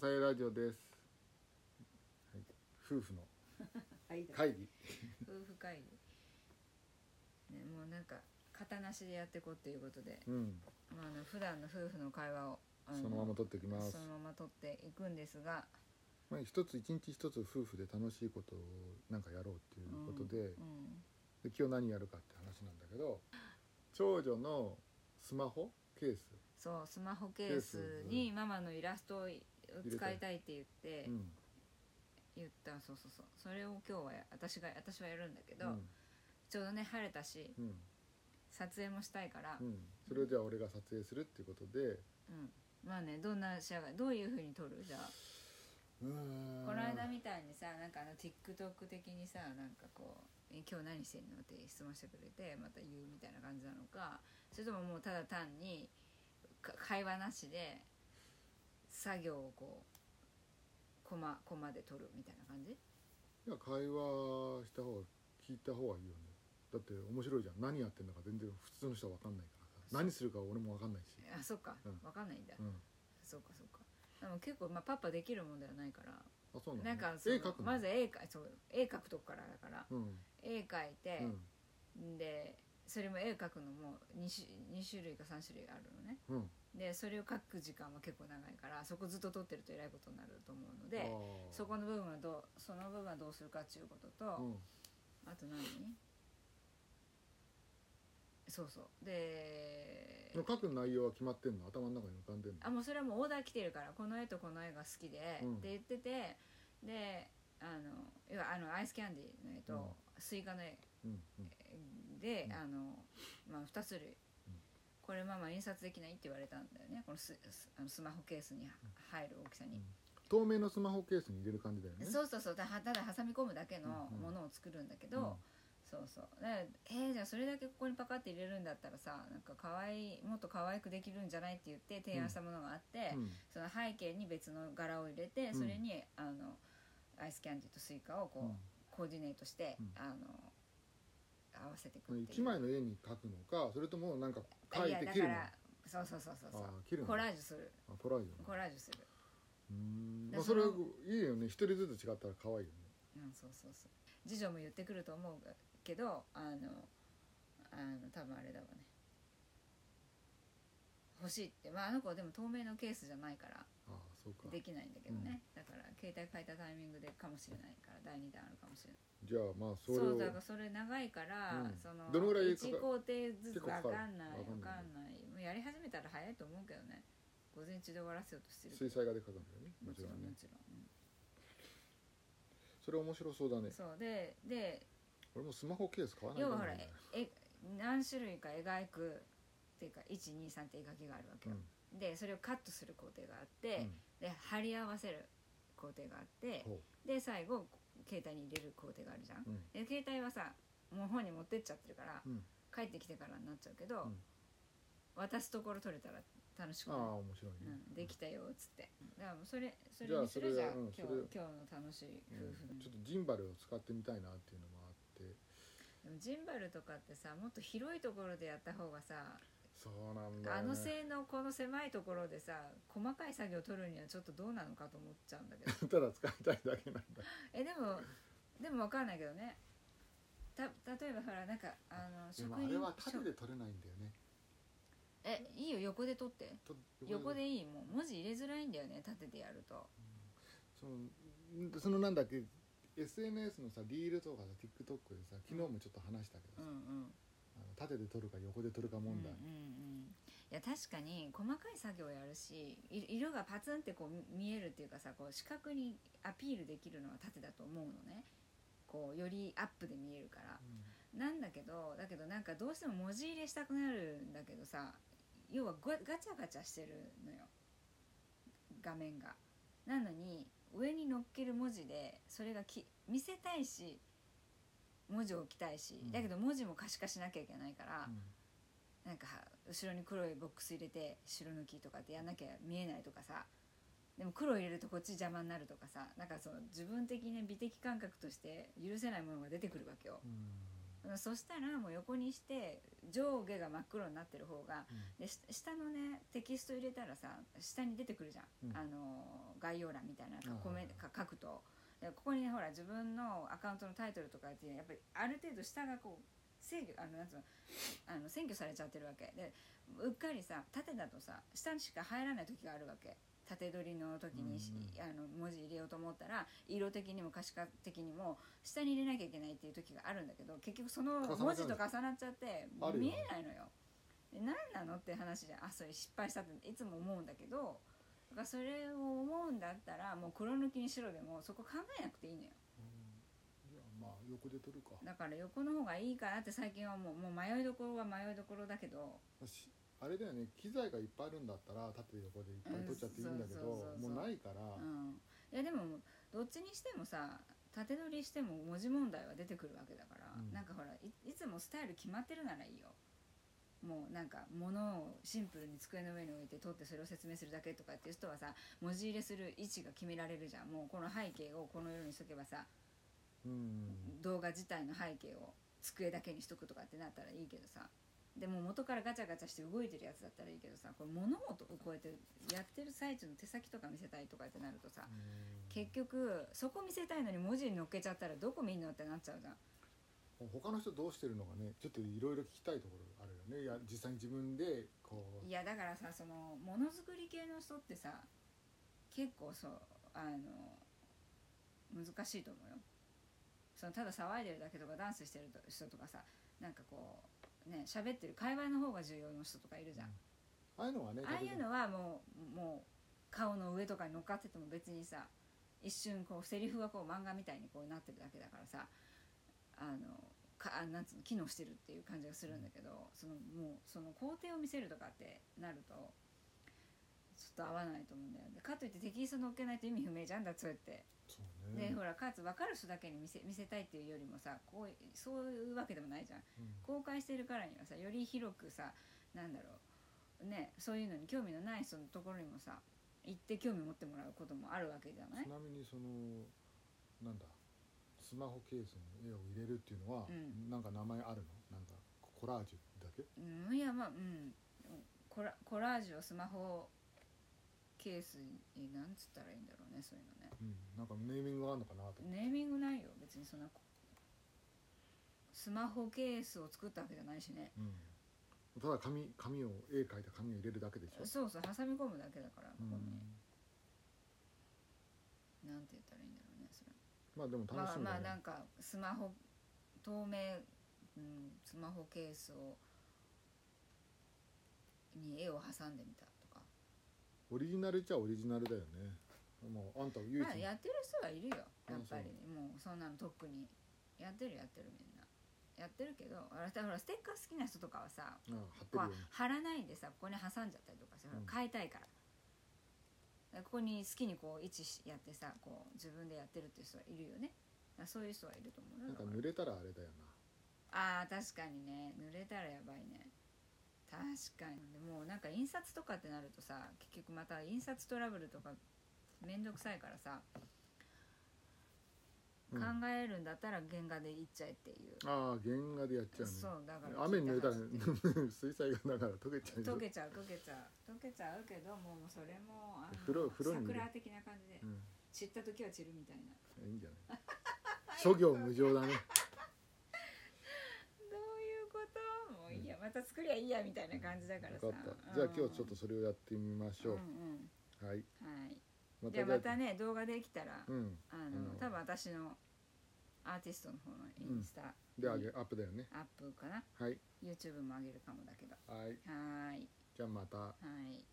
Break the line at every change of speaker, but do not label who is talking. サイラジオです、はい、夫婦の
はい
会議
夫婦会議、ね、もうなんか型なしでやっていこうということで、
うん
まあ、あの普段の夫婦の会話をあ
そのまま撮ってきます
そのまま撮っていくんですが
まあ一つ一日一つ夫婦で楽しいことをなんかやろうっていうことで,、
うんうん
で今日何やるかって話なんだけど長女のスマホケース、
そうスマホケースにママのイラストを使いたいって言って、
うん
言ったそうそうそうそれを今日はや私が私はやるんだけ
う
ど、
ん
ちょうどね晴れたし
うん
撮影もしたいから、
うん、それをじゃあ俺が撮影するっていうことで
うんまあねどんな仕上がりどういうふうに撮るじゃあ
うーん
この間みたいにさなんかあの TikTok 的にさなんかこう「え今日何してんの?」って質問してくれてまた言うみたいな感じなのかそれとももうただ単にか会話なしで作業をこうコマコマで撮るみたいな感じ
いや会話した方が聞いた方がいいよねだって面白いじゃん何やってんだか全然普通の人は分かんないからさ何するか俺も分かんないし、
あそっか、
う
わ
ん
かんないんだ、
うん、
そうかそうかでも結構、まあ、パパできるもんではないから
あそうなの
なんかそ
絵
の
描くの
まず絵描いそう絵描くとこからだから、
うん
絵描いて
う、ん
でそれも絵を描くのも 2, 種2種類か3種類あるのね
うん
でそれを描く時間は結構長いからそこずっと撮ってるとえらいことになると思うの
あ
で
ー
そこの部分はどうその部分はどうするかっていうことと、
うん
あと何そうそうで
でも描く内容は決まってんの頭の中に浮かんでんの
あもうそれはもうオーダー来てるからこの絵とこの絵が好きで、
うん
って言っててであの要はあのアイスキャンディーの絵と、スイカの絵
うんうん
で、
うん
あのまあ2種類、
ん
これママ印刷できないって言われたんだよねこのススあのスマホケースに入る大きさに、
透明のスマホケースに入れる感じだよね
そうそうそうたただ挟み込むだけの
うんうん
ものを作るんだけど、
うん
そうそうだからえー、じゃあそれだけここにパカって入れるんだったらさなんか可愛いもっと可愛くできるんじゃないって言って提案したものがあって、
うん
その背景に別の柄を入れて
ん
それに、あのアイスキャンディーとスイカをこう、
うん
コーディネートして、
うん
あの合わせていくっていう
1枚の絵に描くのかそれともなんか
い
描
や
いて
だ
切
か
るのあ
らそうそうそうそうそ
あー切る
う
の
コラージュする
トライよね
コラージュする
うーん
で
まあそ
そ
れ
の
いいよね一人ずつ違ったら可愛いよ
う
ね
んそうそうそう次女も言ってくると思うけどあのあの多分あれだわね欲しいってまああの子はでも透明のケースじゃないから
ああそうか
できないんだけどね、だから携帯変えたタイミングでかもしれないから第2弾あるかもしれない
じゃあまあそ
そ
れ
うだから
を
それ長いから、
うん
その
どのぐらいかか
1工程ずつ
結構か
分
か
か
る
んない
わか
分かんないもう
んない
やり始めたら早いと思うけどね午前中で終わらせようとしてるけど
水彩画で描くんだよねも
も
ち
ち
ろ
ろ
ん
ん
ね
もちろん、
それ面白そうだ
う
ね
んそうでで
俺もスマホケース買わない
要は
と
ほ
な
らええ何種類か描くっていうか123って描きがあるわけよ、でそれをカットする工程があって、
うん
で貼り合わせる工程があって
ほ
で最後携帯に入れる工程があるじゃん、
ううん
で携帯はさもう本に持ってっちゃってるから、
うん
帰ってきてからになっちゃうけど、
うん
渡すところ取れたら楽しく
ああ
なる
面白いね
うん、できたよっつってだからもうそれそ
じ
れ
ゃあ
にする
そ
じ
れ
ゃ
う
ん
ん
今日
それ
今日の楽しい夫婦の、
うんちょっとジンバルを使ってみたいなっていうのもあって
でもジンバルとかってさもっと広いところでやった方がさ、
そうなんだよね
あの性能この狭いところでさ細かい作業を取るにはちょっとどうなのかと思っちゃうんだけど
ただ使いたいだけなんだ
えでもでも分かんないけどねた例えばほらなんかあの
で
職
も
人
あれは縦
職
で取れないんだよね
えいいよ横で取って
と
横でいいもう文字入れづらいんだよね縦でやると
そのそのなんだっけ SNS のさリールとかさ TikTok でさ昨日もちょっと話したけど
う
さ、
んうん
あの縦で取るか横で取るか問題、
うんうんうんいや確かに細かい作業やるしい色がパツンってこう見えるっていうかさこう視覚にアピールできるのは縦だと思うのねこうよりアップで見えるからなんだけどだけどなんかどうしても文字入れしたくなるんだけどさ要はごガチャガチャしてるのよ画面がなのに上に載っける文字でそれがき見せたいし文字を置きたいし、
うん
だけど文字も可視化しなきゃいけないから、
うん
なんか後ろに黒いボックス入れて白抜きとかってやんなきゃ見えないとかさでも黒入れるとこっち邪魔になるとかさなんかその自分的な美的感覚として許せないものが出てくるわけよ
うん
うんそしたらもう横にして上下が真っ黒になってる方がでし下のねテキスト入れたらさ下に出てくるじゃん、
うん
あの概要欄みたいな
はいはい
コメか書くとでここにねほら自分のアカウントのタイトルとかっていうのはやっぱりある程度下がこう制御あのなんつうのあの占拠されちゃってるわけでうっかりさ縦だとさ下にしか入らない時があるわけ縦取りの時にし、
う
あの文字入れようと思ったら色的にも可視化的にも下に入れなきゃいけないっていう時があるんだけど結局その
重なっ
文字
ちゃうんです
と重なっちゃって
あるよ
見えないのよ。で何なのって話であそれ失敗したっていつも思うんだけどだからそれを思うんだったらもう黒抜きに白でもそこ考えなくていいのよ。
じゃあまあ横で撮るか
だから横の方がいいかなって最近はもうもう迷いどころは迷いどころだけど
しあれだよね機材がいっぱいあるんだったら縦横でいっぱい撮っちゃっていいんだけど、
うんそうそうそう
もうないから、
うん、いやでもどっちにしてもさ縦取りしても文字問題は出てくるわけだから、
うん
なんかほらいいつもスタイル決まってるならいいよもうなんか物をシンプルに机の上に置いて取ってそれを説明するだけとかっていう人はさ文字入れする位置が決められるじゃんもうこの背景をこのようにしとけばさ
うん
動画自体の背景を机だけにしとくとかってなったらいいけどさでも元からガチャガチャして動いてるやつだったらいいけどさこれ物事をこうやってやってる最中の手先とか見せたいとかってなるとさ結局そこ見せたいのに文字に載っけちゃったらどこ見んのってなっちゃうじゃん
他の人どうしてるのかねちょっといろいろ聞きたいところあるよねいや実際に自分でこう
いやだからさそのものづくり系の人ってさ結構そうあの難しいと思うよそのただ騒いでるだけとかダンスしてる人とかさなんかこうね喋ってる会話の方が重要の人とかいるじゃん、
ああいうのはね
ああいうのはもうもう顔の上とかに乗っかってても別にさ一瞬こうセリフがこう漫画みたいにこうなってるだけだからさあのかあなんつうの機能してるっていう感じがするんだけど、そのもうその工程を見せるとかってなるとちょっと合わないと思うんだよねかといってテキスト乗っけないと意味不明じゃんだってそうやって、
そう
で
ね
ほらかつ分かる人だけに見せ見せたいっていうよりもさこうそういうわけでもないじゃん
うん
公開してるからにはさより広くさなんだろうねそういうのに興味のない人のところにもさ行って興味持ってもらうこともあるわけじゃない
ちなみにそのなんだスマホケースに絵を入れるっていうのは、
うん
なんか名前あるのなんかコラージュだけ
うんいやまあうんコラコラージュをスマホケースになんつったらいいんだろうねそういうのね
うん、なんかネーミングがあるのかなと思って、
ネーミングないよ別にそんなスマホケースを作ったわけじゃないしね
うん、ただ紙紙を絵描いた紙を入れるだけでしょ、
そうそう挟み込むだけだからこ
う
こに、
ん
なんて言ったらいいんだろうねそれ
まあでも楽
まあ
しみだ
ま
ね
あ、なんかスマホ透明、うん、スマホケースをに絵を挟んでみたとか、
オリジナルじゃオリジナルだよねもうあんた唯一
まあ、やってる人はいるよやっぱり
あ
もうそんなのとっくにやってるやってるみんなやってるけどあれだからステッカー好きな人とかはさ
あ貼
こ
ってるよ
う
ね
貼らないでさここに挟んじゃったりとかさ、
うん
変えたいからだからここに好きにこう位置しやってさこう自分でやってるっていう人はいるよねだからそういう人はいると思う
な
だ
んか
から
濡れたらあれだよ
あ
な
ー確かにね濡れたらやばいね確かにでもうなんか印刷とかってなるとさ結局また印刷トラブルとかめんどくさいからさ、
うん
考えるんだったら原画でいっちゃえっていう、
ああ原画でやっちゃうね
そうだから
雨に濡れたら
聞い話
水彩画だから溶けちゃうよ
溶けちゃう溶けちゃう溶けちゃうけどもうそれもあの
風呂風呂に入れる
桜的な感じで
うん
散った時は散るみたいな
えいいんじゃない諸行無常だね
どういうこともういいやまた作りゃいいやみたいな感じだからさ
よかったじゃあ今日ちょっとそれをやってみまし
う
ょう
ん、うんう
はい
ん、はい
ま
じゃあまたね動画できたら、
うん
あの
あの
多分私のアーティストの方のインスタ
であげアップだよね
アップかな、
はい
YouTube も上げるかもだけど
はい
はーい
じゃあまた
はーい